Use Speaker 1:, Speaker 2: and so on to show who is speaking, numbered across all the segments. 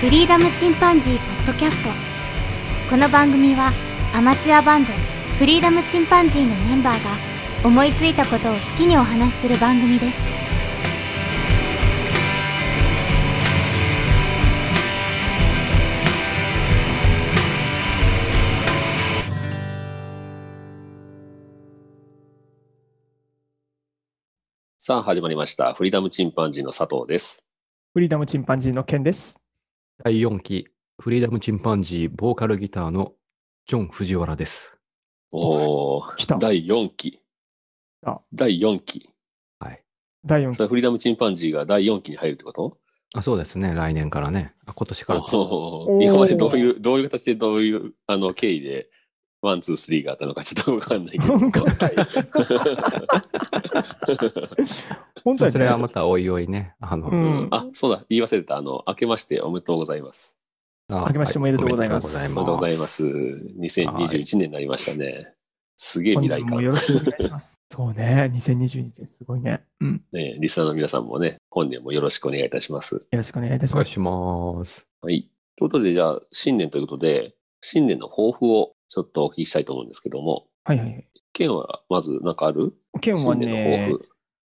Speaker 1: フリーダムチンパンジーポッドキャストこの番組はアマチュアバンドフリーダムチンパンジーのメンバーが思いついたことを好きにお話しする番組です
Speaker 2: さあ、始まりました。フリーダムチンパンジーの佐藤です。
Speaker 3: フリーダムチンパンジーのケンです。
Speaker 4: 第4期、フリーダムチンパンジー、ボーカルギターのジョン・藤原です。
Speaker 2: おお、
Speaker 3: 来た。
Speaker 2: 第4期
Speaker 3: あ。
Speaker 2: 第4期。
Speaker 3: 第 4
Speaker 2: それはフリーダムチンパンジーが第4期に入るってこと
Speaker 4: あそうですね、来年からね。あ今年から。
Speaker 2: お
Speaker 3: お
Speaker 2: ー
Speaker 3: ー
Speaker 2: 今までどういう、どういう形でどういう、あの、経緯で、ワン、ツー、スリーがあったのかちょっとわかんないけど。
Speaker 3: 本当
Speaker 4: そ
Speaker 3: は
Speaker 4: う
Speaker 3: ね
Speaker 4: それはまたおいおいね。あの、
Speaker 3: うん
Speaker 2: うんあ、そうだ、言い忘れてた。あの、明けましておめでとうございます。
Speaker 4: あ
Speaker 3: 明けましておめでとうございます
Speaker 4: おめで
Speaker 2: おめでとう
Speaker 4: とうご
Speaker 2: ご
Speaker 4: ざい
Speaker 2: ざい
Speaker 4: ま
Speaker 2: ます。2021年になりましたね。すげえ
Speaker 3: 今
Speaker 2: 未来
Speaker 3: 度も
Speaker 2: 感。
Speaker 3: よろしくお願いします。そうね、2022年すごいね。うん。
Speaker 2: ね、リスナーの皆さんもね、本年もよろしくお願いいたします。
Speaker 3: よろしくお願いいた
Speaker 4: す。
Speaker 3: し
Speaker 4: お願
Speaker 3: ま
Speaker 4: い
Speaker 3: す。
Speaker 4: します。
Speaker 2: はい。ということで、じゃあ、新年ということで、新年の抱負をちょっとお聞きしたいと思うんですけども、
Speaker 3: はいはいはい。
Speaker 2: ケンはまず何かある
Speaker 3: ケンは
Speaker 2: 新年の抱
Speaker 3: ね、
Speaker 2: 負。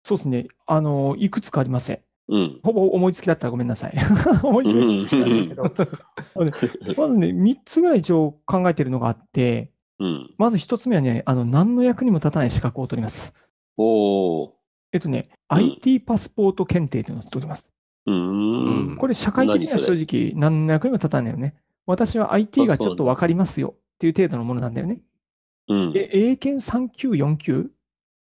Speaker 3: そうですね、あの、いくつかありません。
Speaker 2: うん。
Speaker 3: ほぼ思いつきだったらごめんなさい。 思いつきだったんだけど。あのねまずね、3つぐらい一応考えてるのがあって、
Speaker 2: うん。
Speaker 3: まず1つ目はね、あの、何の役にも立たない資格を取ります。
Speaker 2: おー。
Speaker 3: えっとね、
Speaker 2: うん
Speaker 3: IT パスポート検定というのを取ります。
Speaker 2: うーん。
Speaker 3: これ、社会的には正直、何の役にも立たないよね。私は IT がちょっと分かりますよっていう程度のものなんだよね。
Speaker 2: うん。
Speaker 3: え、英検3級、4級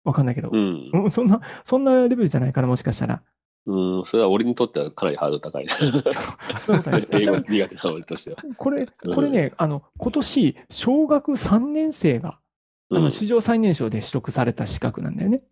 Speaker 3: 分かんないけど
Speaker 2: う、ん。
Speaker 3: うん そんな、そんなレベルじゃないかな、もし かしたら。
Speaker 2: うん。それは俺にとってはかなりハードル高いね。
Speaker 3: そういうことない
Speaker 2: 英語苦手な俺としては。
Speaker 3: これ、これね、あの、今年、小学3年生が、あ
Speaker 2: うん
Speaker 3: の、史上最年少で取得された資格なんだよね。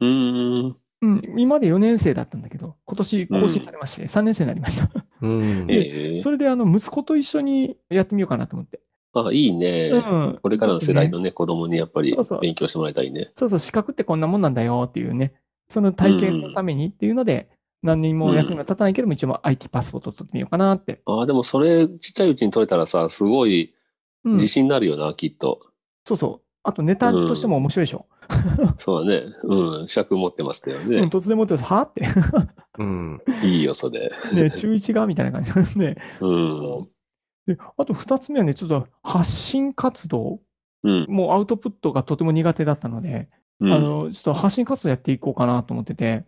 Speaker 2: うーん。
Speaker 3: うん、今まで4年生だったんだけど、今年更新されまして、3年生になりました。
Speaker 4: うん。
Speaker 2: ええ
Speaker 3: それで、あの、息子と一緒にやってみようかなと思って。
Speaker 2: あ、いいね。
Speaker 3: うん。
Speaker 2: これからの世代のね、子供にやっぱり
Speaker 3: そうそう
Speaker 2: 勉強してもらいたいね。
Speaker 3: そうそう、資格ってこんなもんなんだよっていうね、その体験のためにっていうので、何にも役には立たないけども、一応 IT パスポート取ってみようかなって。
Speaker 2: ああ、でもそれ、ちっちゃいうちに取れたらさ、すごい
Speaker 3: うん
Speaker 2: 自信になるよな、きっと。
Speaker 3: そうそう。あとネタとしても面白いでしょ。
Speaker 2: そうだね。うん。尺持ってましたよ
Speaker 3: うん
Speaker 2: ね。
Speaker 3: 突然持ってます。はあ って。
Speaker 4: うん。
Speaker 2: いいよ、それ。
Speaker 3: ね、中1がみたいな感じなんで。
Speaker 2: うん。
Speaker 3: であと2つ目はね、ちょっと発信活動、
Speaker 2: うん。
Speaker 3: もうアウトプットがとても苦手だったので、
Speaker 2: うん
Speaker 3: あの、ちょっと発信活動やっていこうかなと思ってて、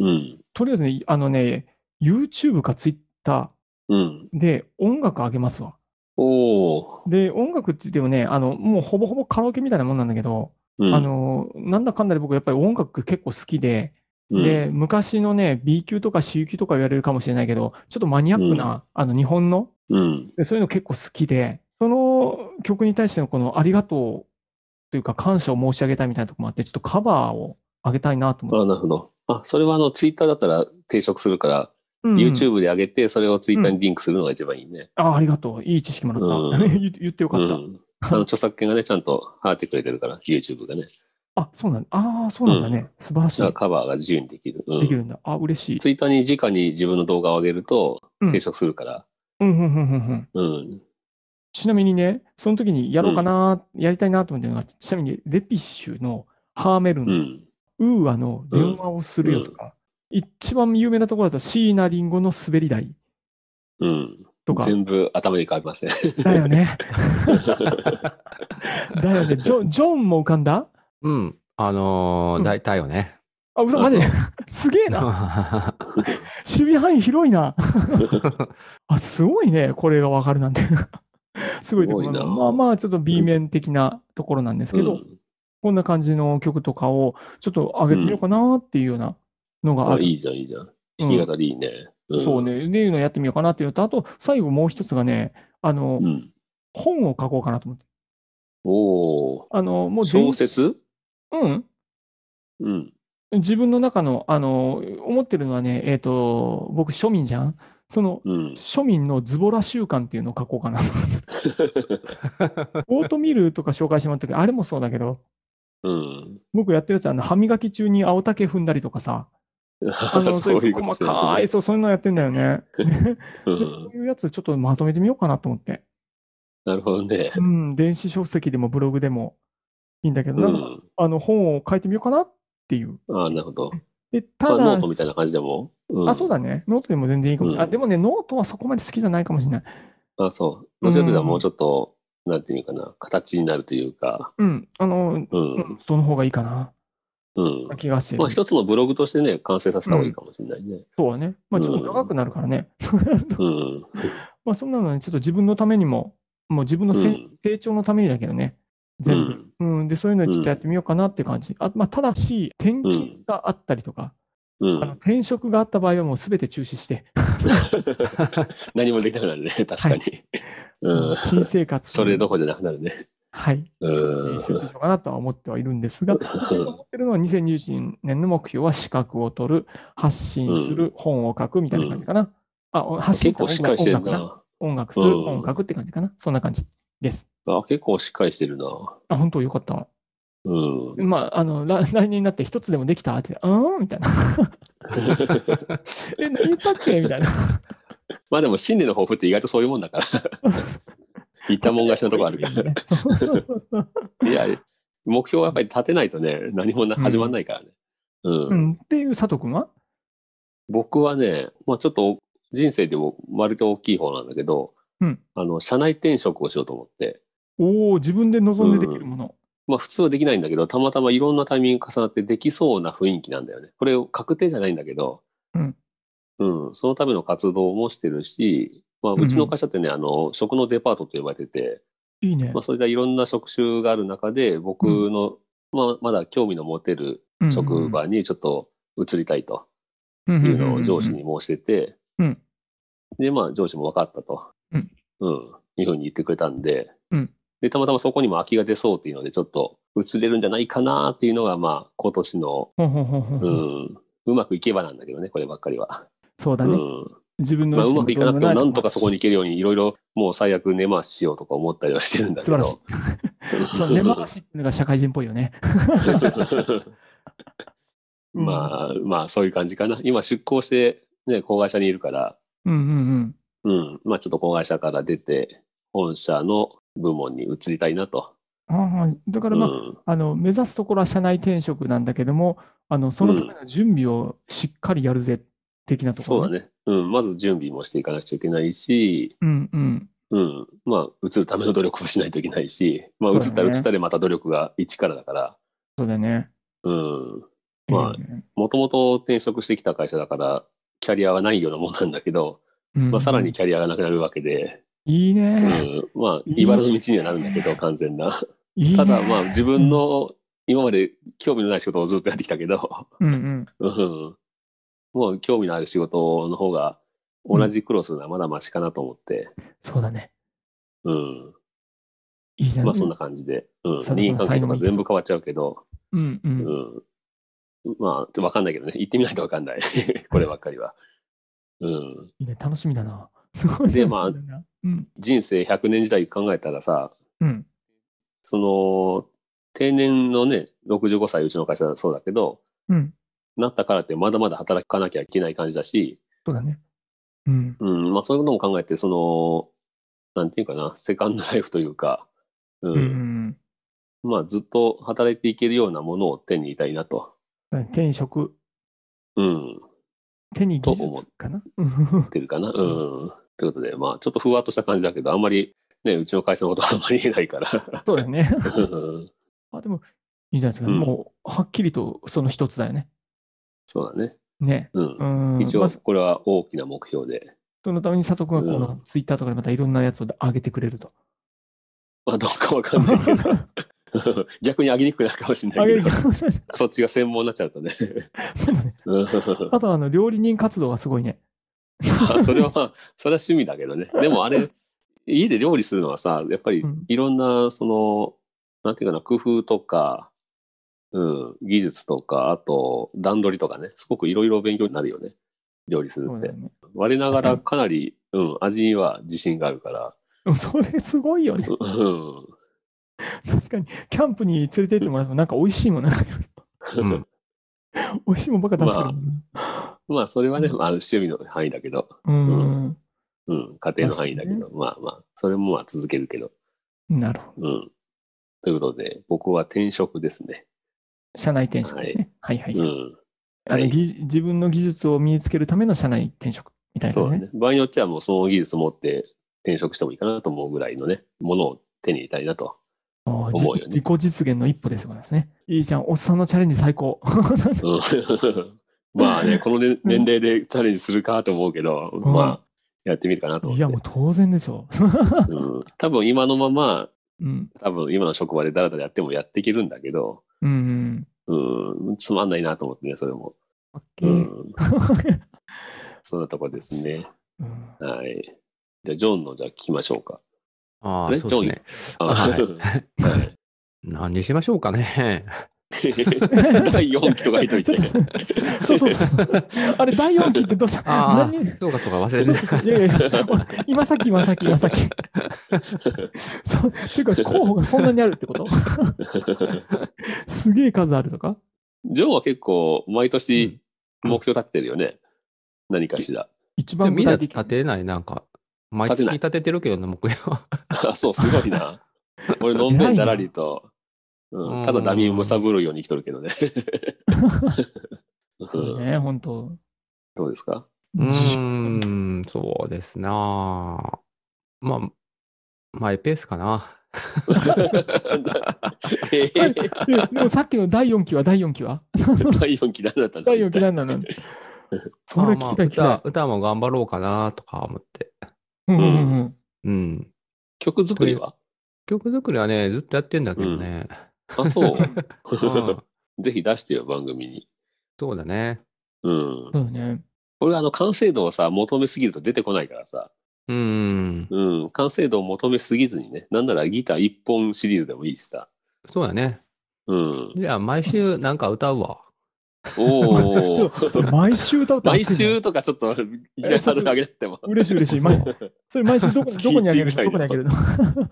Speaker 2: うん。
Speaker 3: とりあえずね、あのね、YouTube か Twitter
Speaker 2: うん。
Speaker 3: で音楽上げますわ。
Speaker 2: おお。
Speaker 3: で、音楽って言ってもね、あの、もうほぼほぼカラオケみたいなもんなんだけど、
Speaker 2: うん
Speaker 3: あ、の、なんだかんだで僕やっぱり音楽結構好きで、
Speaker 2: うん、
Speaker 3: で、昔のね、B 級とか C 級とか言われるかもしれないけど、ちょっとマニアックな、あの、日本の、
Speaker 2: うん。
Speaker 3: でそういうの結構好きで、その曲に対してのこのありがとうというか感謝を申し上げたいみたいなとこもあって、ちょっとカバーを上げたいなと思って。
Speaker 2: あ、なるほど。あ、それはあの、ツイッターだったら定職するから、
Speaker 3: うん
Speaker 2: YouTube で上げて、それをツイッターにリンクするのが一番いいね。
Speaker 3: ああ、ありがとう。いい知識もらった。
Speaker 2: う
Speaker 3: 言言って
Speaker 2: う
Speaker 3: よかった。
Speaker 2: ん。あ の、著作権がね、ちゃんと払ってくれてるから、YouTube がね。
Speaker 3: あ、そうなんだ。ああ、そうなんだね。素晴ら
Speaker 2: だ
Speaker 3: し
Speaker 2: から
Speaker 3: い。
Speaker 2: カバーが自由にできる。う
Speaker 3: でき
Speaker 2: ん。
Speaker 3: るんだ。あ、嬉しい。
Speaker 2: ツイッターに直に自分の動画を上げると
Speaker 3: うん、
Speaker 2: 定職するから。
Speaker 3: うん、うん、うん、うんう
Speaker 2: う
Speaker 3: ん。
Speaker 2: ん。
Speaker 3: ちなみにね、その時にやろうかな、やりたいなと思ってるのが、ちなみにレピッシュのハーメルン、
Speaker 2: うん。
Speaker 3: ウーアの電話をするよとか、一番有名なところだと椎名林檎の滑り台
Speaker 2: うん。
Speaker 3: とか、
Speaker 2: 全部頭に浮かびますね。
Speaker 3: だ よね。だよね。ジョンジョンも浮かんだ
Speaker 4: うん。あの
Speaker 3: う
Speaker 4: ー、
Speaker 3: ん
Speaker 4: 大体よね。
Speaker 3: あ、嘘、
Speaker 2: あ
Speaker 3: マジですげえな。守備範囲広 いな。あ、すごいね。これがわか るなんて。すごいところ
Speaker 2: すごいな
Speaker 3: まあまあ、ちょっと B 面的なところなんですけ
Speaker 2: う
Speaker 3: ど、
Speaker 2: ん
Speaker 3: こんな感じの曲とかをちょっと上げてみようかなっていうようなのがあ
Speaker 2: あ、
Speaker 3: る。
Speaker 2: いいじゃん、いいじゃん。弾き語りいいね。ん
Speaker 3: そう。ね。でいうのをやってみようかなっていうのと、あと最後もう一つがね、あの、
Speaker 2: うん。
Speaker 3: 本を書こうかなと思って。
Speaker 2: おお。
Speaker 3: あの、もう電
Speaker 2: 小
Speaker 3: 子
Speaker 2: 説
Speaker 3: うん。
Speaker 2: うん。
Speaker 3: 自分の中の、あの、思ってるのはね、えっ、と、僕庶民じゃんその、
Speaker 2: うん。
Speaker 3: 庶民のズボラ習慣っていうのを書こうかなと思って。 オートミールとか紹介してもらったけど、あれもそうだけど、
Speaker 2: うん。
Speaker 3: 僕やってるやつはあの歯磨き中に青竹踏んだりとかさ、あ の、そういう
Speaker 2: こと
Speaker 3: 細かい、そう、そういうのやってんだよね。
Speaker 2: う
Speaker 3: でそ
Speaker 2: ん。
Speaker 3: ういうやつちょっとまとめてみようかなと思って。
Speaker 2: なるほどね。
Speaker 3: うん、電子書籍でもブログでもいいんだけど、
Speaker 2: う
Speaker 3: なんか
Speaker 2: ん。
Speaker 3: あの、本を書いてみようかなっていう。
Speaker 2: ああ、なるほど。
Speaker 3: で、
Speaker 2: まあ
Speaker 3: ただ、
Speaker 2: ノートみたいな感じでも。うん
Speaker 3: あ、そうだね。ノートでも全然いいかもしれない。
Speaker 2: うん
Speaker 3: あ、でもね、ノートはそこまで好きじゃないかもしれない。
Speaker 2: あそう。どちらかというと、もうちょっと、なんていうかな、形になるというか、
Speaker 3: うん。あの、
Speaker 2: う。
Speaker 3: うんん、その方がいいかな。
Speaker 2: うん。
Speaker 3: 気がしてる
Speaker 2: まあ、。一つのブログとしてね、完成させた方がいいかもしれないね。
Speaker 3: そうはね。まあ、ちょっと長くなるからね。そうなると
Speaker 2: うん。
Speaker 3: まあ、そんなのね、ちょっと自分のためにも、もう自分のせ、
Speaker 2: うん
Speaker 3: 成長のためにだけどね。
Speaker 2: う
Speaker 3: 全部。
Speaker 2: ん。
Speaker 3: うん、で、そういうのちょっとやってみようかなって感じ。あまあ、ただし、転勤があったりとか、
Speaker 2: う
Speaker 3: あの
Speaker 2: ん。
Speaker 3: 転職があった場合はもうすべて中止して、
Speaker 2: 何もできなくなるね、確かに。うん。
Speaker 3: 新生活に
Speaker 2: それどころじゃなくなるね。
Speaker 3: はい、
Speaker 2: うん
Speaker 3: 集中しようかなとは思ってはいるんですが、
Speaker 2: う
Speaker 3: 僕が
Speaker 2: ん
Speaker 3: 思ってるのは2021年の目標は資格を取る、発信する、本を書くみたいな感じかな。あ、発信
Speaker 2: 結構しっかりしてるな。
Speaker 3: 音楽する、
Speaker 2: うん
Speaker 3: 本を書くって感じかな。そんな感じです。
Speaker 2: あ結構しっかりしてるな。
Speaker 3: あ、本当よかったわ。
Speaker 2: うん。
Speaker 3: まあ、あの、来来年になって一つでもできたって、うーんみた いな。え、何言ったっけみた いな。
Speaker 2: まあでも、新年の抱負って意外とそういうもんだから。言ったもん勝ちのとこあるか
Speaker 3: ね そうそうそうそう。
Speaker 2: ら。いや、目標はやっぱり立てないとね、何もな始まんないからね。うん
Speaker 3: うん。っていう佐藤君は
Speaker 2: 僕はね、まあちょっと人生でも割と大きい方なんだけど、
Speaker 3: うん
Speaker 2: あの、社内転職をしようと思って、
Speaker 3: おお自分で望んでできるもの。
Speaker 2: まあ普通はできないんだけど、たまたまいろんなタイミング重なってできそうな雰囲気なんだよね。これ確定じゃないんだけど、
Speaker 3: うん。
Speaker 2: うん、そのための活動もしてるし、まあうちの会社ってね、あの、食のデパートと呼ばれてて、
Speaker 3: いいね
Speaker 2: まあ。そういったいろんな職種がある中で、僕の、まあまだ興味の持てる
Speaker 3: うん
Speaker 2: 職場にちょっと移りたいと。
Speaker 3: っ
Speaker 2: っていうのを上司に。申してて、
Speaker 3: うん
Speaker 2: で、まあ上司も分かったと、
Speaker 3: うん
Speaker 2: うんいうふうに言ってくれたんで、
Speaker 3: うん
Speaker 2: で、たまたまそこにも空きが出そうっていうので、ちょっと移れるんじゃないかなっていうのが、まあ今年の、
Speaker 3: ほうほうほうほう
Speaker 2: うん、うまくいけばなんだけどね、こればっかりは。
Speaker 3: そうだ
Speaker 2: う
Speaker 3: ね。
Speaker 2: ん
Speaker 3: 自分の
Speaker 2: まあ、
Speaker 3: 意
Speaker 2: う
Speaker 3: 思
Speaker 2: まくいかなくても、なんとかそこに
Speaker 3: に
Speaker 2: 行けるように、いろいろもう最悪根回ししようとか思ったりはしてるんだけ
Speaker 3: 素晴ら
Speaker 2: ど。
Speaker 3: しい。そう、根回しっていうのが社会人っぽいよね。うん
Speaker 2: まあ、まあ、そういう感じかな。今、出向して、ね、子会社にいるから、
Speaker 3: うんうん
Speaker 2: うん。まあちょっと子会社から出て、本社の部門に移りたいなと。
Speaker 3: うん。ああ、だからまあ、
Speaker 2: うん、
Speaker 3: あの、目指すところは社内転職なんだけども、あの、そのための準備をしっかりやるぜ、的なとこ
Speaker 2: そう
Speaker 3: ろ、
Speaker 2: だ。ね。うん。まず準備もしていかなくちゃいけないし、
Speaker 3: うんうん。
Speaker 2: うん。まあ、移るための努力もしないといけないし、まあ、
Speaker 3: そう
Speaker 2: 移
Speaker 3: だ
Speaker 2: った
Speaker 3: ね
Speaker 2: ら移ったでまた努力が一からだから、
Speaker 3: そうだね。
Speaker 2: うん。まあ
Speaker 3: いいね
Speaker 2: もともと転職してきた会社だから、キャリアはないようなもんなんだけど、
Speaker 3: うん
Speaker 2: まあ、さらにキャリアがなくなるわけで、
Speaker 3: いいうね。
Speaker 2: ん。まあ、茨の道にはなるんだけど、完全な。
Speaker 3: いいね
Speaker 2: ただ、まあ、自分、の今まで興味のない仕事をずっとやってきたけど、
Speaker 3: うんうん。
Speaker 2: うん。もう興味のある仕事の方が、同じ苦労するのはまだマシかなと思って、
Speaker 3: そうだね。
Speaker 2: うん。
Speaker 3: いいじゃん。
Speaker 2: まあそんな感じで、うん。
Speaker 3: そうだ
Speaker 2: 人間関係とか全部変わっちゃうけど、
Speaker 3: うん
Speaker 2: う
Speaker 3: う。
Speaker 2: んん。まあ、ちょっとわかんないけどね。行ってみないとわかんない。 こればっかりは。うん。
Speaker 3: いいね。楽しみだな。すごい楽し
Speaker 2: で
Speaker 3: み
Speaker 2: まあ
Speaker 3: だな。うん
Speaker 2: 人生100年時代考えたらさ、
Speaker 3: うん。
Speaker 2: その、定年のね、65歳、うちの会社はそうだけど、
Speaker 3: うん。
Speaker 2: なったからってまだまだ働かなきゃいけない感じだし、
Speaker 3: そうだね。うん。
Speaker 2: うん、まあそういうことも考えて、その、なんていうかな、セカンドライフというか、うん、
Speaker 3: うんうん。
Speaker 2: まあずっと働いていけるようなものを手に入れたいなと、
Speaker 3: 転職、
Speaker 2: うん、
Speaker 3: 手に技
Speaker 2: と思う
Speaker 3: 術かな。
Speaker 2: ってるかな、うん。ということで、まあちょっとふわっとした感じだけど、あんまり、ね、うちの会社のことはあんまり言えないから、
Speaker 3: そうだよね。
Speaker 2: うん
Speaker 3: あ、でも、いいじゃないですか。
Speaker 2: うん
Speaker 3: もう、はっきりとその一つだよね。
Speaker 2: そうだね、
Speaker 3: ね。
Speaker 2: うん
Speaker 3: う。ん。
Speaker 2: 一
Speaker 3: ま
Speaker 2: 応
Speaker 3: あ、
Speaker 2: これは大きな目標で、
Speaker 3: そのために佐藤君はこ
Speaker 2: う
Speaker 3: のツイッターとかでまたいろんなやつを上げてくれると。
Speaker 2: まあどうかわかん ないけど、逆に上げにくくなるかもしれな
Speaker 3: 上
Speaker 2: い
Speaker 3: げ
Speaker 2: け
Speaker 3: る
Speaker 2: ど、
Speaker 3: そうだ
Speaker 2: そっちが専門になっちゃうとね、
Speaker 3: ね。
Speaker 2: うん
Speaker 3: あとは、あの、料理人活動がすごいね。
Speaker 2: あそれはまあ、それは趣味だけ どね。でもあれ、家で料理するのはさ、やっぱり
Speaker 3: うん
Speaker 2: いろんな、その、なんていうかな、工夫とか、うん、技術とか、あと段取りとかね、すごくいろいろ勉強になるよね。料理する
Speaker 3: そう
Speaker 2: っ
Speaker 3: だよ
Speaker 2: て。
Speaker 3: ね。
Speaker 2: 我ながら
Speaker 3: 確
Speaker 2: かなり、うん、味には自信があるから、
Speaker 3: でもそれすごいよね。
Speaker 2: うん、
Speaker 3: 確かに、キャンプに連れて行ってもらってもなんか美味しいもん、なんか
Speaker 4: うん。
Speaker 3: 美味しいもんばっか出してくれるもんな
Speaker 2: まあ、それはね、まあ、趣味の範囲だけど、
Speaker 3: うん。
Speaker 2: うん、家庭の範囲だけ
Speaker 3: ま
Speaker 2: ど、まあまあ、それもまあ続けるけど、
Speaker 3: なるほど。
Speaker 2: うん。ということで、僕は転職ですね。
Speaker 3: 社内転職ですね。はいは
Speaker 2: う
Speaker 3: い。
Speaker 2: ん。
Speaker 3: あ
Speaker 2: は
Speaker 3: の
Speaker 2: い
Speaker 3: ぎ自分の技術を身につけるための社内転職みたい
Speaker 2: そう
Speaker 3: な
Speaker 2: だ
Speaker 3: ね。
Speaker 2: ね。場合によってはもうその技術持って転職してもいいかなと思うぐらいのね、ものを手に入れたいなと。
Speaker 3: ああ
Speaker 2: 思うよね
Speaker 3: 自己実現の一歩ですございますね。いいじゃん、おっさんのチャレンジ最高。
Speaker 2: うん まあね、このね年齢でチャレンジするかと思うけど、
Speaker 3: ん
Speaker 2: まあ、やってみるかなと思っ
Speaker 3: い
Speaker 2: て。
Speaker 3: や、もう当然でしょ
Speaker 2: うん、多分今のまま、
Speaker 3: う。うん。
Speaker 2: 多分今の職場でダラダラやってもやっていけるんだけど、
Speaker 3: うんうん。
Speaker 2: うん、つまんないなと思ってね、それも。
Speaker 3: オッケ
Speaker 2: う
Speaker 3: ー。
Speaker 2: ん、 そんなとこですね。
Speaker 3: うん
Speaker 2: はい。じゃあ、ジョンの、じゃあ聞きましょうか。
Speaker 4: あ
Speaker 2: あれ
Speaker 4: あ、そうですね。はい
Speaker 2: はい。
Speaker 4: 何にしましょうかね。
Speaker 2: 第4期とか入っといて
Speaker 3: ち。ょっとそうそうそう。あれ、第4期ってどうした
Speaker 4: ああ
Speaker 3: 何、
Speaker 4: そうかそうか、 忘れてた。
Speaker 3: いやいやいや、今さっき、今さっき、今さ っき。そう、ていうか、候補がそんなにあるって ことすげえ数あるとか
Speaker 2: ジョンは結構、毎年目標立ってるよね。何かしら。
Speaker 3: 一
Speaker 4: でも
Speaker 3: 番具
Speaker 4: みんな
Speaker 3: 体的。
Speaker 4: 立てない、なんか。毎月
Speaker 2: 立てない
Speaker 4: 立ててるけどな、目標。
Speaker 2: あ、そう、すごいな。俺、のんべんだらりと、
Speaker 4: な
Speaker 2: うん、ただダミーをむさぶるように生きとるけど ね。う
Speaker 3: そうんね、本当
Speaker 2: どうです か
Speaker 4: うーん、そうですなあまあ、マイペースかな。
Speaker 2: え
Speaker 3: さ
Speaker 2: ー
Speaker 3: でもさっきの第4期は第4期は
Speaker 2: 第4期何だったんだ
Speaker 3: 第4期何なのそれ聞きたい聞き
Speaker 4: まあま
Speaker 3: た
Speaker 4: あ歌、歌も頑張ろうかなとか思って。
Speaker 3: い。うんうんうん。
Speaker 4: うん。
Speaker 2: 曲作りは
Speaker 4: 曲作りはね、ずっとやってんだけどね。
Speaker 2: あ、そう。
Speaker 4: うん
Speaker 2: ぜひ出してよ、番組に。
Speaker 4: そうだね。
Speaker 2: うん。
Speaker 3: そうだね。
Speaker 2: これあの、完成度をさ、求めすぎると出てこないからさ。
Speaker 4: うん。
Speaker 2: うん。完成度を求めすぎずにね。なんならギター1本シリーズでもいいしさ。
Speaker 4: そうだね。
Speaker 2: うん。
Speaker 4: じゃあ、毎週なんか歌うわ。
Speaker 3: ち
Speaker 2: お
Speaker 3: ょ
Speaker 2: お。
Speaker 3: それ毎週歌うと熱い
Speaker 2: 毎
Speaker 3: な
Speaker 2: 週とかちょっと、いきなりさあげなくても。
Speaker 3: 嬉しい嬉しい。毎それ毎週どこ
Speaker 2: 月
Speaker 3: どこにあげる
Speaker 2: 一ぐら
Speaker 3: ど
Speaker 2: いの
Speaker 3: こにあげる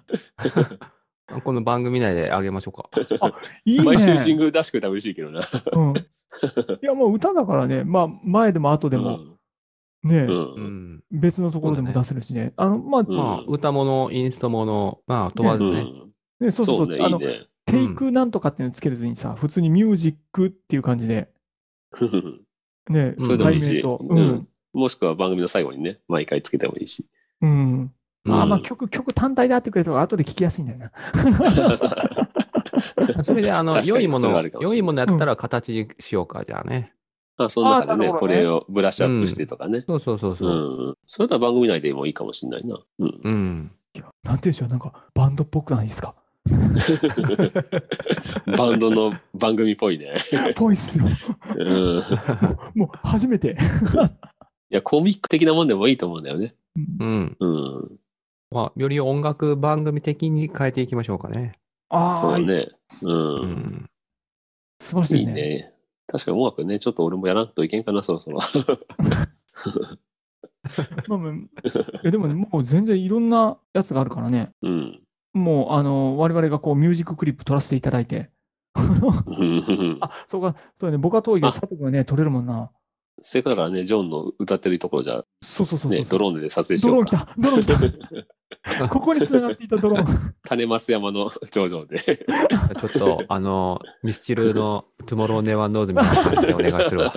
Speaker 3: の
Speaker 4: この番組内であげましょうか。
Speaker 3: いいね。
Speaker 2: 毎週シングル出してくれたら嬉しいけどな。
Speaker 3: うん。いや、もう歌だからね、まあ、前でも後でも、ね
Speaker 2: う、ん。
Speaker 4: う
Speaker 2: うん。
Speaker 4: ん。
Speaker 3: 別のところでも出せるしね。あの、まあ、
Speaker 2: うん
Speaker 4: まあ、歌物、インスト物、まあ、問わず
Speaker 2: う
Speaker 4: ね。
Speaker 2: ん。
Speaker 3: ね、そうそ
Speaker 2: そ
Speaker 3: うそう
Speaker 2: うね、
Speaker 3: あ
Speaker 2: いい
Speaker 3: の、
Speaker 2: ね。
Speaker 3: テイクなんとかっていうのつけるずにさ、普通にミュージックっていう感じで、ね、
Speaker 4: それでもいい
Speaker 2: し
Speaker 3: 題名と、う
Speaker 2: うん
Speaker 3: ん。
Speaker 2: もしくは番組の最後にね、毎回つけてもいい し。
Speaker 3: うん。
Speaker 4: うん
Speaker 3: あーまあ、曲、曲単体であってくれた方が後で聞きやすいんだよな。
Speaker 4: それで、あの、
Speaker 2: 確か
Speaker 4: 良
Speaker 2: に
Speaker 4: いも
Speaker 2: それは
Speaker 4: の、
Speaker 2: あるかもしれない
Speaker 4: 良いものやったら形にしようか、じゃあね。
Speaker 2: あその中でね
Speaker 3: あなるほ
Speaker 2: こ
Speaker 3: どね
Speaker 2: れをブラッシュアップしてとかね。
Speaker 4: そうそうそう
Speaker 2: う
Speaker 4: そ
Speaker 2: ん。
Speaker 4: う。
Speaker 2: それとは番組内でもいいかもしれないな。うん。
Speaker 4: うん。
Speaker 3: なんていうんでしょう、なんか、バンドっぽくないで すか。
Speaker 2: バンドの番組っぽいね。
Speaker 3: ぽいっすよ。
Speaker 2: うん。い
Speaker 3: もう、初めて。
Speaker 2: や、コミック的なもんでもいいと思うんだよね。
Speaker 4: うん。
Speaker 2: うん。
Speaker 4: まあ、より音楽番組的に変えていきましょうかね。
Speaker 2: そう
Speaker 3: あ
Speaker 2: だ
Speaker 3: あ、
Speaker 2: ね。う。
Speaker 4: うんん。
Speaker 3: 素晴らしいで
Speaker 2: いい
Speaker 3: すね。
Speaker 2: ね。確かに音楽ね、ちょっと俺もやらんといけんかな、そろそろ。
Speaker 3: まあまあいやでもね、もう全然いろんなやつがあるからね。
Speaker 2: うん。
Speaker 3: もう、あの、我々がこう、ミュージッククリップ撮らせていただいて。
Speaker 2: うん
Speaker 3: あ、そうか、そうだね、僕は遠いけど、佐藤君はね、撮れるもんな。
Speaker 2: せっかくだからね、ジョンの歌ってるところじゃ、
Speaker 3: そうそうそうそう。
Speaker 2: ね、ドローンで撮影し
Speaker 3: ド
Speaker 2: よう
Speaker 3: ローン来
Speaker 2: か。
Speaker 3: た、ドローン 来た。ここに繋がっていたドローン。
Speaker 2: 種松山の頂上で。
Speaker 4: ちょ っと、あの、ミスチルのトゥモローネワンノーズみたいな感じでお願いす るわ。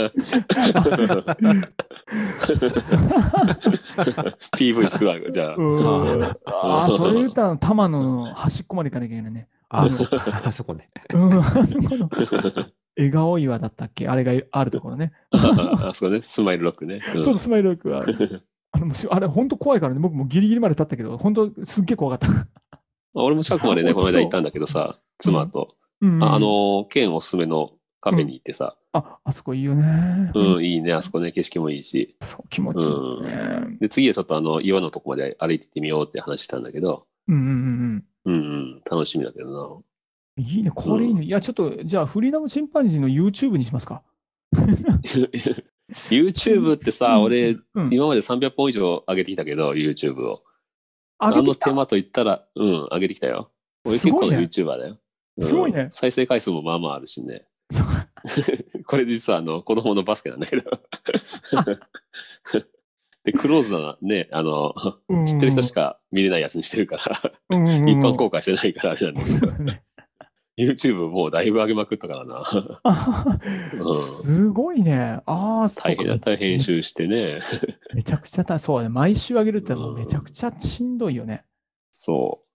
Speaker 2: PV 作るわ、じゃあ。
Speaker 3: うんああ、それ言ったら、玉野の端っこまで行かなきゃいけないね。
Speaker 4: あ、そあそこね。
Speaker 3: うん、あそこの、笑顔岩だったっけあれがあるところね。
Speaker 2: あそうね、スマイルロックね。
Speaker 3: そうそう、スマイルロックは。 あのもうしあれ、本当怖いからね、僕もギリギリまで立ったけど、本当すっげえ怖かった。
Speaker 2: まあ俺も近くまでね、
Speaker 3: 落
Speaker 2: こ
Speaker 3: ち
Speaker 2: の
Speaker 3: そう
Speaker 2: 間行ったんだけどさ、妻と、
Speaker 3: うん
Speaker 2: ああの、県おすすめのカフェに行ってさ、
Speaker 3: あ、あそこいいよね。
Speaker 2: うん、いいね、あそこね、景色もいいし。
Speaker 3: そう、気持ちいいよね。
Speaker 2: で、次はちょっとあの、岩のとこまで歩いて行ってみようって話したんだけど、
Speaker 3: うんうんうん
Speaker 2: うんうん、楽しみだけど
Speaker 3: うん。いいね、これいいね。いや、ちょっと、じゃあ、フリーダムチンパンジーの YouTube にしますか。
Speaker 2: な。YouTube って さ、俺、
Speaker 3: うん、
Speaker 2: 今まで300本以上上げてきたけど、YouTube を。
Speaker 3: 上
Speaker 2: あ
Speaker 3: げて
Speaker 2: の
Speaker 3: きた
Speaker 2: 手間と言ったら、うん、上げてきたよ。俺
Speaker 3: す
Speaker 2: 結
Speaker 3: ご
Speaker 2: 構
Speaker 3: い
Speaker 2: の
Speaker 3: ね
Speaker 2: YouTuber だよ。うん
Speaker 3: すごいね
Speaker 2: 再生回数もまあまああるしね。
Speaker 3: そう
Speaker 2: これ実はあの、子供のバスケなんだけど。 で、クローズなね、あの、知ってる人しか見れないやつにしてるから、
Speaker 3: うんうんうん、
Speaker 2: 一般公開してないからあれ なんだけど、
Speaker 3: 開
Speaker 2: YouTube もうだいぶ上げまくったからな。うん
Speaker 3: すごいね。ああ、そう
Speaker 2: 大
Speaker 3: か
Speaker 2: 変だ、大変集してね。
Speaker 3: めちゃくちゃ大そうね。毎週上げるってもうめちゃくちゃしんどいよね。
Speaker 2: そう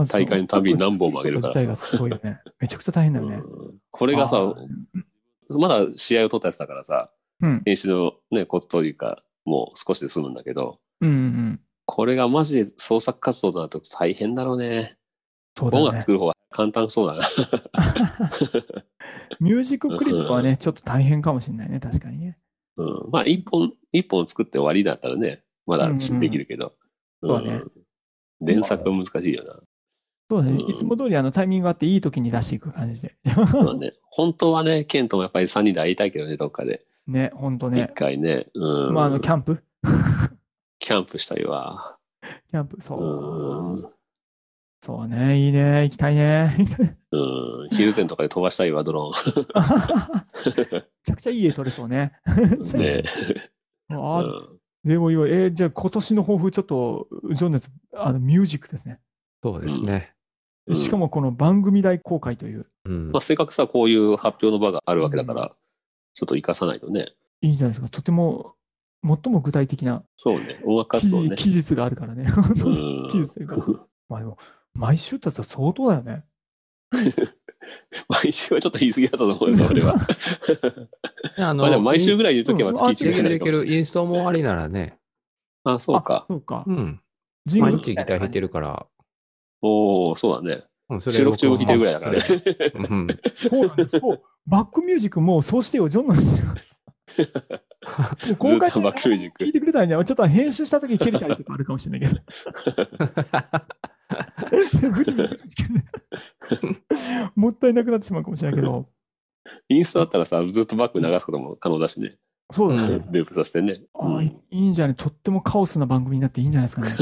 Speaker 3: ま。ず
Speaker 2: 大会のたびに何本も上げるから
Speaker 3: その
Speaker 2: さ。
Speaker 3: 作ること自体がすごいよね。めちゃくちゃ大変だよね。
Speaker 2: うんこれが
Speaker 3: あ
Speaker 2: さ
Speaker 3: ー、
Speaker 2: まだ試合を取ったやつだからさ、
Speaker 3: うん。
Speaker 2: 練習のね、ことというか、もう少しで済むんだけど、
Speaker 3: うんうんうん。
Speaker 2: これがマジで創作活動だと大変だろうね。
Speaker 3: そうだ
Speaker 2: 音
Speaker 3: よ
Speaker 2: 楽
Speaker 3: ね。
Speaker 2: 作る方が簡単そうだな。
Speaker 3: ミュージッククリップはね、ちょっと大変かもしれないね。確かにね。
Speaker 2: うん、まあ、一本、一本作って終わりだったらね、まだできるけど。
Speaker 3: うんそうだね
Speaker 2: ん連作は難しいよな。
Speaker 3: そうだね。
Speaker 2: うん
Speaker 3: いつも通りあのタイミングがあっていい時に出していく感じで。
Speaker 2: まあね、本当はね、ケントもやっぱり3人で会いたいけどね、どっかで。
Speaker 3: ね、ほんと
Speaker 2: 一、
Speaker 3: ね。
Speaker 2: 回ね、うん
Speaker 3: まあ、あの、キャンプ
Speaker 2: キャンプしたいわ。
Speaker 3: キャンプ、そう。
Speaker 2: うん
Speaker 3: そうね。いいね。行きたい ね。
Speaker 2: うん、ヒルゼンとかで飛ばしたいわ、ドロ
Speaker 3: あははめちゃくちゃいい絵撮れ そうね。
Speaker 2: ーン。ね、う
Speaker 3: あー
Speaker 2: ん、
Speaker 3: でもいいわ。えーじゃあ今年の抱負、ちょっと、情熱、あの、ミュージックですね。
Speaker 4: そうですね。
Speaker 2: うん
Speaker 3: しかもこの番組大公開という、
Speaker 4: うん
Speaker 2: まあ、。せっかくさ、こういう発表の場があるわけだから、ちょっと活かさないとね。
Speaker 3: いいじゃないですか。とても、最も具体的な
Speaker 2: そうね、音楽
Speaker 3: 記
Speaker 2: 活動
Speaker 3: 事
Speaker 2: ね。
Speaker 3: 記述があるからね。
Speaker 2: うん
Speaker 3: 記述というか。まあでも、毎週ってやつは相当だよね。
Speaker 2: 毎週はちょっと言い過ぎだったと思うよ、そ れは。
Speaker 4: あ
Speaker 2: まあでも毎週ぐらい言うとけば
Speaker 3: うん
Speaker 2: 月1
Speaker 4: で
Speaker 2: ぐ
Speaker 4: き
Speaker 2: ら
Speaker 4: る
Speaker 2: い
Speaker 4: で
Speaker 2: か
Speaker 4: き
Speaker 2: もしれ
Speaker 4: る。
Speaker 2: ない。
Speaker 4: インストもありならね。
Speaker 2: あ、そうか
Speaker 3: あ。そうか
Speaker 4: う。ん。
Speaker 3: ジ
Speaker 4: 毎
Speaker 3: ル
Speaker 4: 日ギター弾いてるから。
Speaker 2: おおそうだね。
Speaker 4: うんそれ
Speaker 2: 収録中も弾いてるぐらいだからね。
Speaker 4: 僕はうん。
Speaker 3: そうなんです。そう。バックミュージックもそうしてよ、ジョンなんですよ。 もう公開
Speaker 2: ずっとバックミュージック
Speaker 3: 聞いてくれたらね、ちょっと編集した時に蹴りたいとかあるかもしれない けど。ぐちぐちぐちぐち蹴るもったいなくなってしまうかもしれないけど。
Speaker 2: インスタだったらさ、ずっとバック流すことも可能だしね。
Speaker 3: そうだね。
Speaker 4: うん
Speaker 2: ループさせてね。
Speaker 3: ああ、いいんじゃないとってもカオスな番組になっていいんじゃないですかね。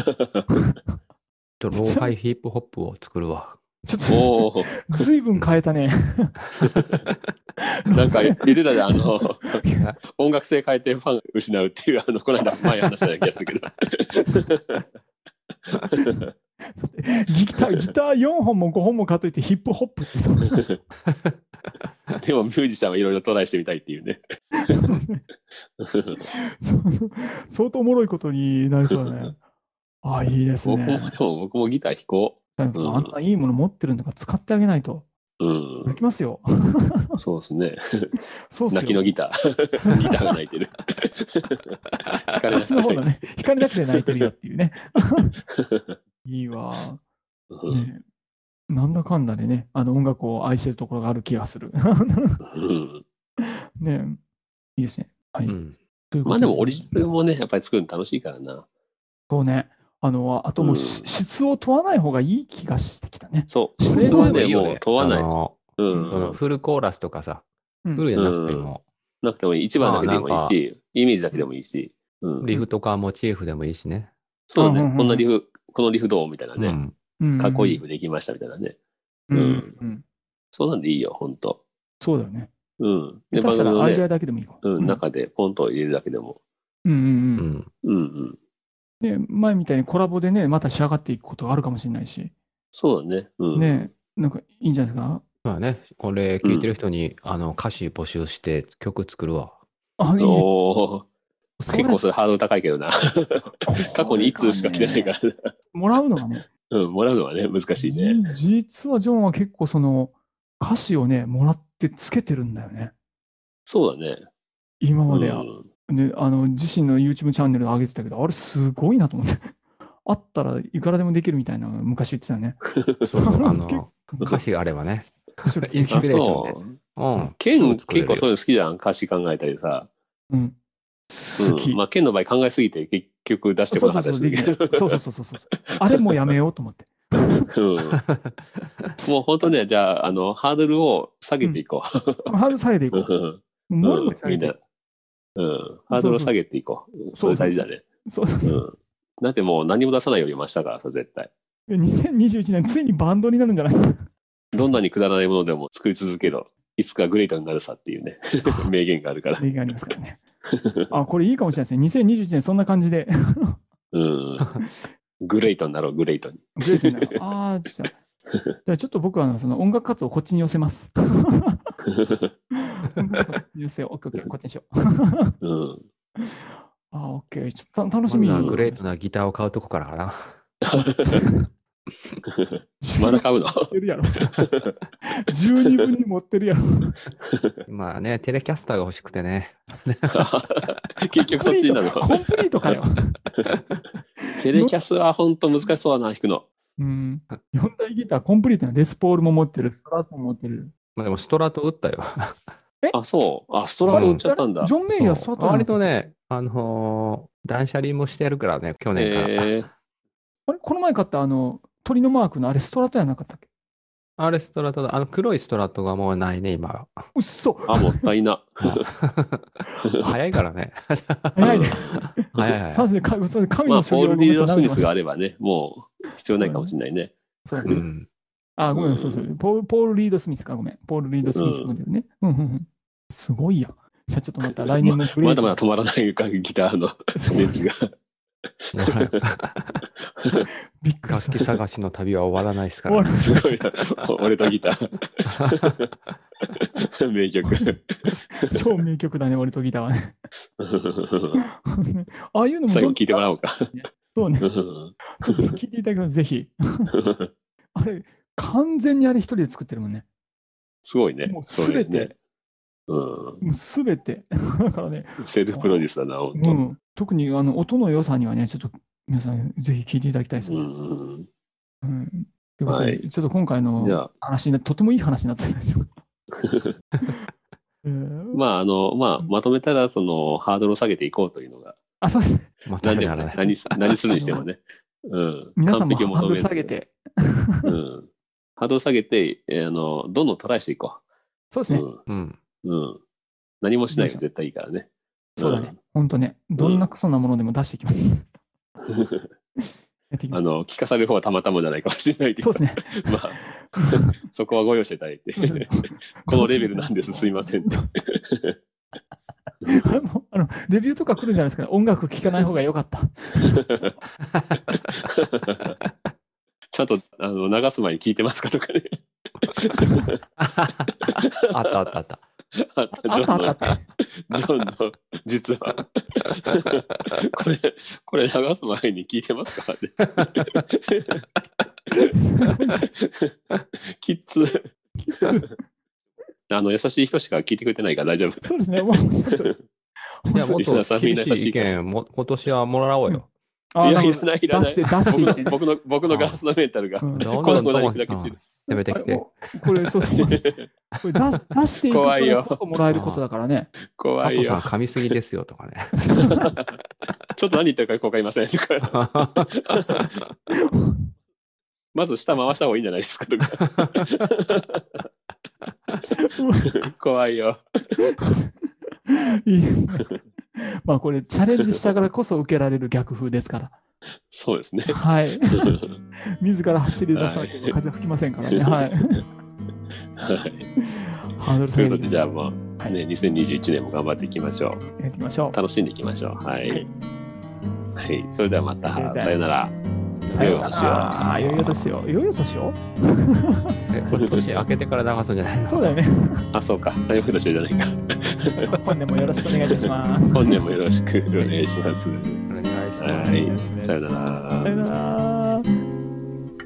Speaker 4: と、ローハイヒップホップを作るわ。
Speaker 3: ちょっ
Speaker 2: おお
Speaker 3: と、ずいぶん変えたね。
Speaker 2: なん か言ってたじゃん、あの、音楽性変えてファン失うっていう、あの、この間前話したような気がするけど。
Speaker 3: ギター、ギター4本も5本も買っといてヒップホップってさ、
Speaker 2: でもミュージシャンはいろいろトライしてみたいっていうね。
Speaker 3: その相当おもろいことになりそうだね。ああ、いいです
Speaker 2: 僕も、
Speaker 3: ね。
Speaker 2: でも僕もギター弾こ
Speaker 3: あんないいもの持ってるんだから使ってあげないと。
Speaker 2: う。う
Speaker 3: 行きま すよ。
Speaker 2: ん。そうですね。
Speaker 3: そうっすよ。
Speaker 2: 泣きのギター。 ギターが泣いてる。弾かれ
Speaker 3: そ
Speaker 2: な
Speaker 3: っ
Speaker 2: い
Speaker 3: ちの方 だね。光だけで泣いてるよっていうね。いいわ。
Speaker 2: うん
Speaker 3: ねなんだかんだでね、あの音楽を愛してるところがある気がする。
Speaker 2: うん
Speaker 3: ねいいですね。はい。
Speaker 4: うん。
Speaker 3: というこ
Speaker 2: ま
Speaker 3: と
Speaker 2: あでもオリジナルもね、やっぱり作るの楽しいからな。
Speaker 3: そうね。あの、あともうし、
Speaker 2: うん
Speaker 3: 質を問わない方がいい気がしてきたね。
Speaker 2: そう。
Speaker 3: そ
Speaker 2: 質
Speaker 3: れで
Speaker 2: は
Speaker 3: も
Speaker 2: ね、
Speaker 4: いいよ
Speaker 2: もう問わな
Speaker 4: あ
Speaker 2: い。
Speaker 4: の
Speaker 2: う
Speaker 4: その
Speaker 2: ん。
Speaker 4: フルコーラスとかさ、
Speaker 3: うん
Speaker 4: フルじゃなくても、
Speaker 2: なくてもいい。一番だけでもいい
Speaker 4: まあ
Speaker 2: し、イメージだけでもいいし。うん。
Speaker 4: リフとかモチーフでもいいしね。
Speaker 2: そう
Speaker 3: うんうんう
Speaker 2: ね
Speaker 3: ん。
Speaker 2: こんなリフ、このリフどうみたいな
Speaker 4: う
Speaker 2: ね。
Speaker 4: ん
Speaker 3: うん
Speaker 2: かっこいいリフできましたみたいなね。
Speaker 3: うん
Speaker 2: うん
Speaker 3: うん
Speaker 2: そうなんでいいよ、ほんと。
Speaker 3: そうだよね。
Speaker 2: うん。で、
Speaker 3: 下
Speaker 2: 番
Speaker 3: 手し
Speaker 2: 組
Speaker 3: たら
Speaker 2: の
Speaker 3: アイデア
Speaker 2: ね、
Speaker 3: だけでもいいか。
Speaker 2: う、
Speaker 3: うんん
Speaker 2: 中でポンと入れるだけでも。
Speaker 3: うんう
Speaker 4: うんん。
Speaker 2: うんうん。
Speaker 3: うん。ね、前みたいにコラボでね、また仕上がっていくことがあるかもしれないし、
Speaker 2: そうだね。うん。
Speaker 3: ね、なんかいいんじゃないですか。
Speaker 4: まあね、これ聞いてる人に、あの、歌詞募集して曲作 るわ。
Speaker 3: あ、いいね
Speaker 2: おー結構
Speaker 3: そ
Speaker 2: それハードル高いけどな。
Speaker 3: れ
Speaker 2: 過去に1通しか来てないか。
Speaker 3: こ
Speaker 2: らな。
Speaker 3: れもらうのがね、
Speaker 2: うん、もらうのはね、難しいね。
Speaker 3: じ実はジョンは結構その歌詞をね、もらってつけてるんだよね。
Speaker 2: そうだね。
Speaker 3: 今までは、
Speaker 2: うん
Speaker 3: ね、あの自身の YouTube チャンネルで上げてたけど、あれすごいなと思って。あったらいくらでもできるみたいなの昔言ってたよね。
Speaker 4: そうそうあ
Speaker 3: 結
Speaker 4: の、歌詞があればね。インス
Speaker 2: あ、
Speaker 4: ピレーションで
Speaker 2: そう。
Speaker 4: うん。
Speaker 2: ケン結
Speaker 4: 作れるよ
Speaker 2: 構そういうの好きじゃん。歌詞考えたりさ。
Speaker 3: うん。好
Speaker 2: う
Speaker 3: き
Speaker 2: ん。。まあ、ケンの場合考えすぎて結局出してこ
Speaker 3: そう
Speaker 2: な
Speaker 3: そ
Speaker 2: か
Speaker 3: う
Speaker 2: った
Speaker 3: そ
Speaker 2: り
Speaker 3: う
Speaker 2: するけ
Speaker 3: できないそうそうそうそうそう。あれもうやめようと 思って。
Speaker 2: ど。うんもう本当ね、じゃあ、あの、ハードルを下げていこ。
Speaker 3: ハードル下げていうこう。
Speaker 2: うん
Speaker 3: もりもり下
Speaker 2: み
Speaker 3: げ
Speaker 2: ん
Speaker 3: てい
Speaker 2: な
Speaker 3: こ。
Speaker 2: うん。ハードルを下げていこう。そ
Speaker 3: そうそう
Speaker 2: れ大事だね。
Speaker 3: う。そうそう
Speaker 2: う。
Speaker 3: そうん
Speaker 2: だってもう何も出さないよりマシだからさ、絶対。
Speaker 3: 2021年、ついにバンドになるんじゃないですか。
Speaker 2: どんなにくだらないものでも作り続けろ。いつかグレートになるさっていう ね、名言があるから。
Speaker 3: 例がありますからね。 あ、これいいかもしれないですね。2021年そんな感じで。
Speaker 2: うん。グレートになろう、グレートに。
Speaker 3: グレートにな るああ、じゃあ。じゃあちょっと僕はあのその音楽活動をこっちに寄せ ます。音楽活動をこっちに寄せよう。オッケーオッケー、こっちにしよう。
Speaker 2: うん。
Speaker 3: あーオッケー。ちょっと楽し
Speaker 4: 今
Speaker 3: み
Speaker 4: 度
Speaker 3: に。
Speaker 4: はグレートなギターを買うとこからかな。
Speaker 2: まだ買うの
Speaker 3: 持ってるやろ。 十二分に持ってるやろ。
Speaker 4: 今ね、テレキャスターが欲しくてね。
Speaker 2: 結局 そっちになるの。
Speaker 3: コンプリートかよ。
Speaker 2: テレキャスは本当難しそうだな、弾くの。
Speaker 3: うん。四大ギターコンプリートなレスポールも持ってる、ストラットも持ってる。
Speaker 4: まあでもストラト打ったよ。
Speaker 2: あ、そう。あ、ストラト打っちゃったんだ
Speaker 3: ジ。ョン・メイヤー、スト
Speaker 4: そ
Speaker 3: ラ
Speaker 4: う
Speaker 3: ット
Speaker 4: 割とね、あのー断捨離もしてやるからね、去年から。
Speaker 2: えー
Speaker 3: あれこの前買ったあの、鳥のマークのあれストラトやなかったっけ
Speaker 4: あれストラトだ。あの黒いストラトがもうないね、今は。
Speaker 3: うっそ
Speaker 2: あ、もったいな。
Speaker 4: 早いからね。
Speaker 3: 早いね。
Speaker 4: 早い早
Speaker 3: さ
Speaker 4: い。
Speaker 3: すがに、それ神
Speaker 2: まあ、ポ
Speaker 3: の所
Speaker 2: ー
Speaker 3: 領
Speaker 2: ル・
Speaker 3: を
Speaker 2: リード・
Speaker 3: ごめんな
Speaker 2: ス
Speaker 3: さい
Speaker 2: ミスがあればね、もう必要ないかもしれないね。
Speaker 3: そうだ
Speaker 4: う
Speaker 3: ね
Speaker 4: ん。
Speaker 3: あ、ごめ、
Speaker 2: うんん
Speaker 3: そうそう。ポール、ポール・リード・スミスか、ごめん。ポール・リード・スミスモデルね。うん、うん、うん。すごいやん。じゃあちょっとまた来年のグレ
Speaker 2: ま
Speaker 3: ー
Speaker 2: だ
Speaker 3: ト。
Speaker 2: まだ止まらないか、ギターの熱が。
Speaker 3: びっくりし
Speaker 4: 楽
Speaker 3: た
Speaker 4: 器。探しの旅は終わらないですか
Speaker 3: 終わ
Speaker 4: ら。
Speaker 3: る
Speaker 2: すごいな。俺とギター。名曲。
Speaker 3: 超名曲だね、俺とギターはね。 ああいうのも
Speaker 2: 最後聞いてもらおうか。
Speaker 3: そうね。ちょっと聞いていただきます、ぜ ひ。あれ、完全にあれ一人で作ってるもんね。
Speaker 2: すごいね。
Speaker 3: もうすべ
Speaker 2: それね
Speaker 3: て、
Speaker 2: う
Speaker 3: もうすべて。 だからね、
Speaker 2: ん。セルフプロデュースだな、
Speaker 3: う
Speaker 2: 本
Speaker 3: ん。特にあの音の良さにはね、ちょっと皆さんぜひ聞いていただきたいです
Speaker 2: 当。う。ん
Speaker 3: うん。ということで、
Speaker 2: は
Speaker 3: ちょっと今
Speaker 2: う
Speaker 3: 回
Speaker 2: ん。じゃ
Speaker 3: の
Speaker 2: あ、
Speaker 3: 話になって、とてもいい話になってたん ですよ。えー
Speaker 2: まあ、あの、まあ、まとめたら、その、ハードルを下げていこうというのが、
Speaker 3: あ、そうですね。
Speaker 4: また
Speaker 2: 何
Speaker 4: ね
Speaker 2: で
Speaker 4: あ
Speaker 2: も
Speaker 4: れ
Speaker 2: ね
Speaker 4: ね、
Speaker 2: 何す、何するにしてもね。うん。
Speaker 3: 皆さんも
Speaker 2: 完璧を
Speaker 3: ハ
Speaker 2: 求
Speaker 3: ード
Speaker 2: め
Speaker 3: ル
Speaker 2: る
Speaker 3: 下げ。て。
Speaker 2: うん。ハードル下げて、えーあの、どんどんトライしていこ
Speaker 3: そうです
Speaker 2: う。
Speaker 3: ね。
Speaker 2: うん。
Speaker 4: うん。
Speaker 2: うん。何もしないより絶対いいからね。
Speaker 3: そうだね。ほんとね。どんなクソなものでも出していきます。 やっていきま
Speaker 2: あ
Speaker 3: す。
Speaker 2: の、聞かされる方はたまたまじゃないかもしれないけ
Speaker 3: そ
Speaker 2: ど
Speaker 3: うで、すね。
Speaker 2: まあ、そこはご容赦いただいて
Speaker 3: そうそう、
Speaker 2: このレベルなんです、すいませんって。
Speaker 3: あのあのレビューとか来るんじゃないですかね。音楽聴かない方が良 かった。
Speaker 2: ちゃんと、あの、流す前に聞いてますかとかね。
Speaker 4: あったあった あ
Speaker 2: あっ
Speaker 4: った。
Speaker 3: あ
Speaker 2: た、
Speaker 3: あ
Speaker 2: ジョ
Speaker 3: った
Speaker 2: ン
Speaker 3: あ
Speaker 2: の
Speaker 3: っ、たって。
Speaker 2: ジョンの、実は。 これ、これ流す前に聞いてますかって。 キッズ。あの、優しい人しか聞いてくれてないから大丈夫。
Speaker 3: そうですね。もうおっしゃる通り
Speaker 4: いや、もっ
Speaker 2: リスナーさ
Speaker 4: と
Speaker 2: んみんな
Speaker 4: 厳
Speaker 2: 優
Speaker 4: しい
Speaker 2: し
Speaker 4: 意
Speaker 2: いから
Speaker 4: 見も、今年はもらおうよ。
Speaker 3: あ
Speaker 2: いや、
Speaker 3: ないるほ
Speaker 2: ら
Speaker 3: ど
Speaker 2: ない、いら
Speaker 3: 出
Speaker 2: な
Speaker 3: し
Speaker 2: い
Speaker 3: て、出。して
Speaker 2: 僕
Speaker 3: い
Speaker 2: の
Speaker 3: っ
Speaker 2: 僕の、
Speaker 3: て、ね。
Speaker 2: 僕のガラスのメンタルが
Speaker 3: う。ん
Speaker 4: どん
Speaker 2: こ
Speaker 4: ど
Speaker 2: の
Speaker 4: ん
Speaker 2: 子
Speaker 4: どん
Speaker 2: だ
Speaker 4: ど
Speaker 2: け
Speaker 4: ん
Speaker 2: 砕け散る。
Speaker 4: やめて
Speaker 3: あ
Speaker 4: き
Speaker 3: れ
Speaker 4: て。
Speaker 3: もうこれ、そうそう。これ出し出していくか
Speaker 2: 怖い
Speaker 3: ら
Speaker 2: よ
Speaker 3: こそもらえることだからね。
Speaker 4: 佐
Speaker 2: 怖い
Speaker 4: 藤さん
Speaker 2: よ。
Speaker 4: 噛みすぎですよ とかね。
Speaker 2: ちょっと何言ってるかよくわかりませんとか。まず下回した方がいいんじゃないですかと か。怖いよ。
Speaker 3: いいですね。まあこれ、チャレンジしたからこそ受けられる逆風ですか
Speaker 2: そうですね
Speaker 3: ら。。はい。自ら走り出さないと風吹きませんからね。はい。
Speaker 2: はい。
Speaker 3: ハードル
Speaker 2: と
Speaker 3: 下
Speaker 2: いう
Speaker 3: げ
Speaker 2: こ
Speaker 3: て
Speaker 2: と
Speaker 3: い
Speaker 2: で、
Speaker 3: きま
Speaker 2: じ
Speaker 3: し
Speaker 2: ゃあ
Speaker 3: ょう。
Speaker 2: もう、
Speaker 3: はい
Speaker 2: ね、2021年も頑張っていきましょう。
Speaker 3: やっていきましょ
Speaker 2: 楽しんでいきましょう。は
Speaker 3: う。はい
Speaker 2: い。はい。それではま
Speaker 3: それでは
Speaker 2: た、さよなら。
Speaker 3: さよ
Speaker 2: 良い
Speaker 3: うな
Speaker 2: お年を
Speaker 3: ら。あ良いお年を。良いお年を
Speaker 4: えこれ年明けてから流すんじゃないの
Speaker 3: そうだよね。
Speaker 2: あ、そうか。あ、よく出してるじゃないか。
Speaker 3: 本年もよろしくお願いいたします。
Speaker 2: 本年もよろしくお願いします。
Speaker 4: お願いします
Speaker 2: は。い。さよなら
Speaker 3: さよ。なら。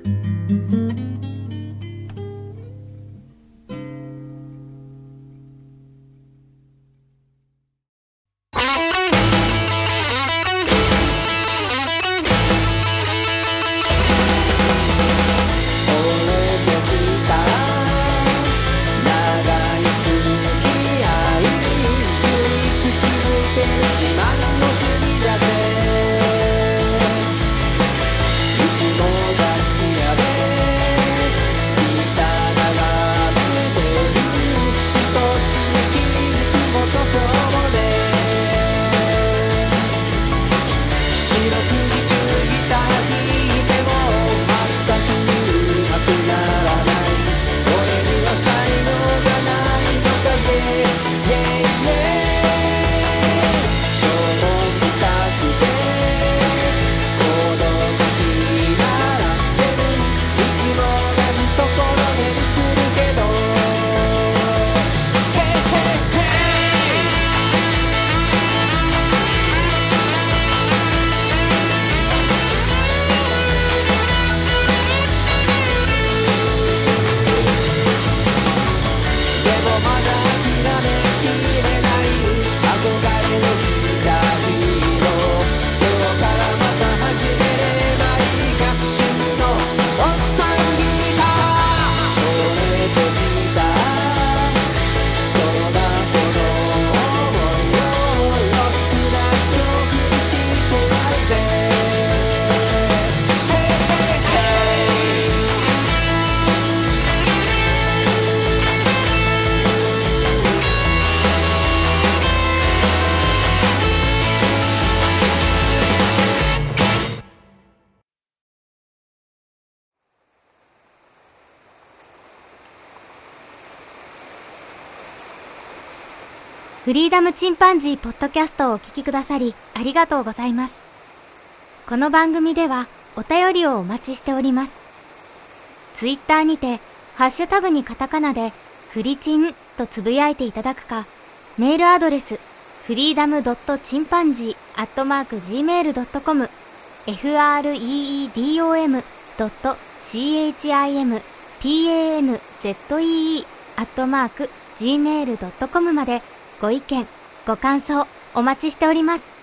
Speaker 5: 「それできたら長い月日があい」「唯一続いてる自慢の趣味だぜ」「いつも楽屋で
Speaker 1: フリーダムチンパンジーポッドキャストをお聞きくださりありがとうございます。この番組ではお便りをお待ちしております。ツイッターにて、ハッシュタグにカタカナで、フリチンとつぶやいていただくか、メールアドレス、フリーダムドットチンパンジーアットマーク Gmail.com、freedom ドット chimpanzee アットマーク Gmail.com まで、ご意見、ご感想、お待ちしております。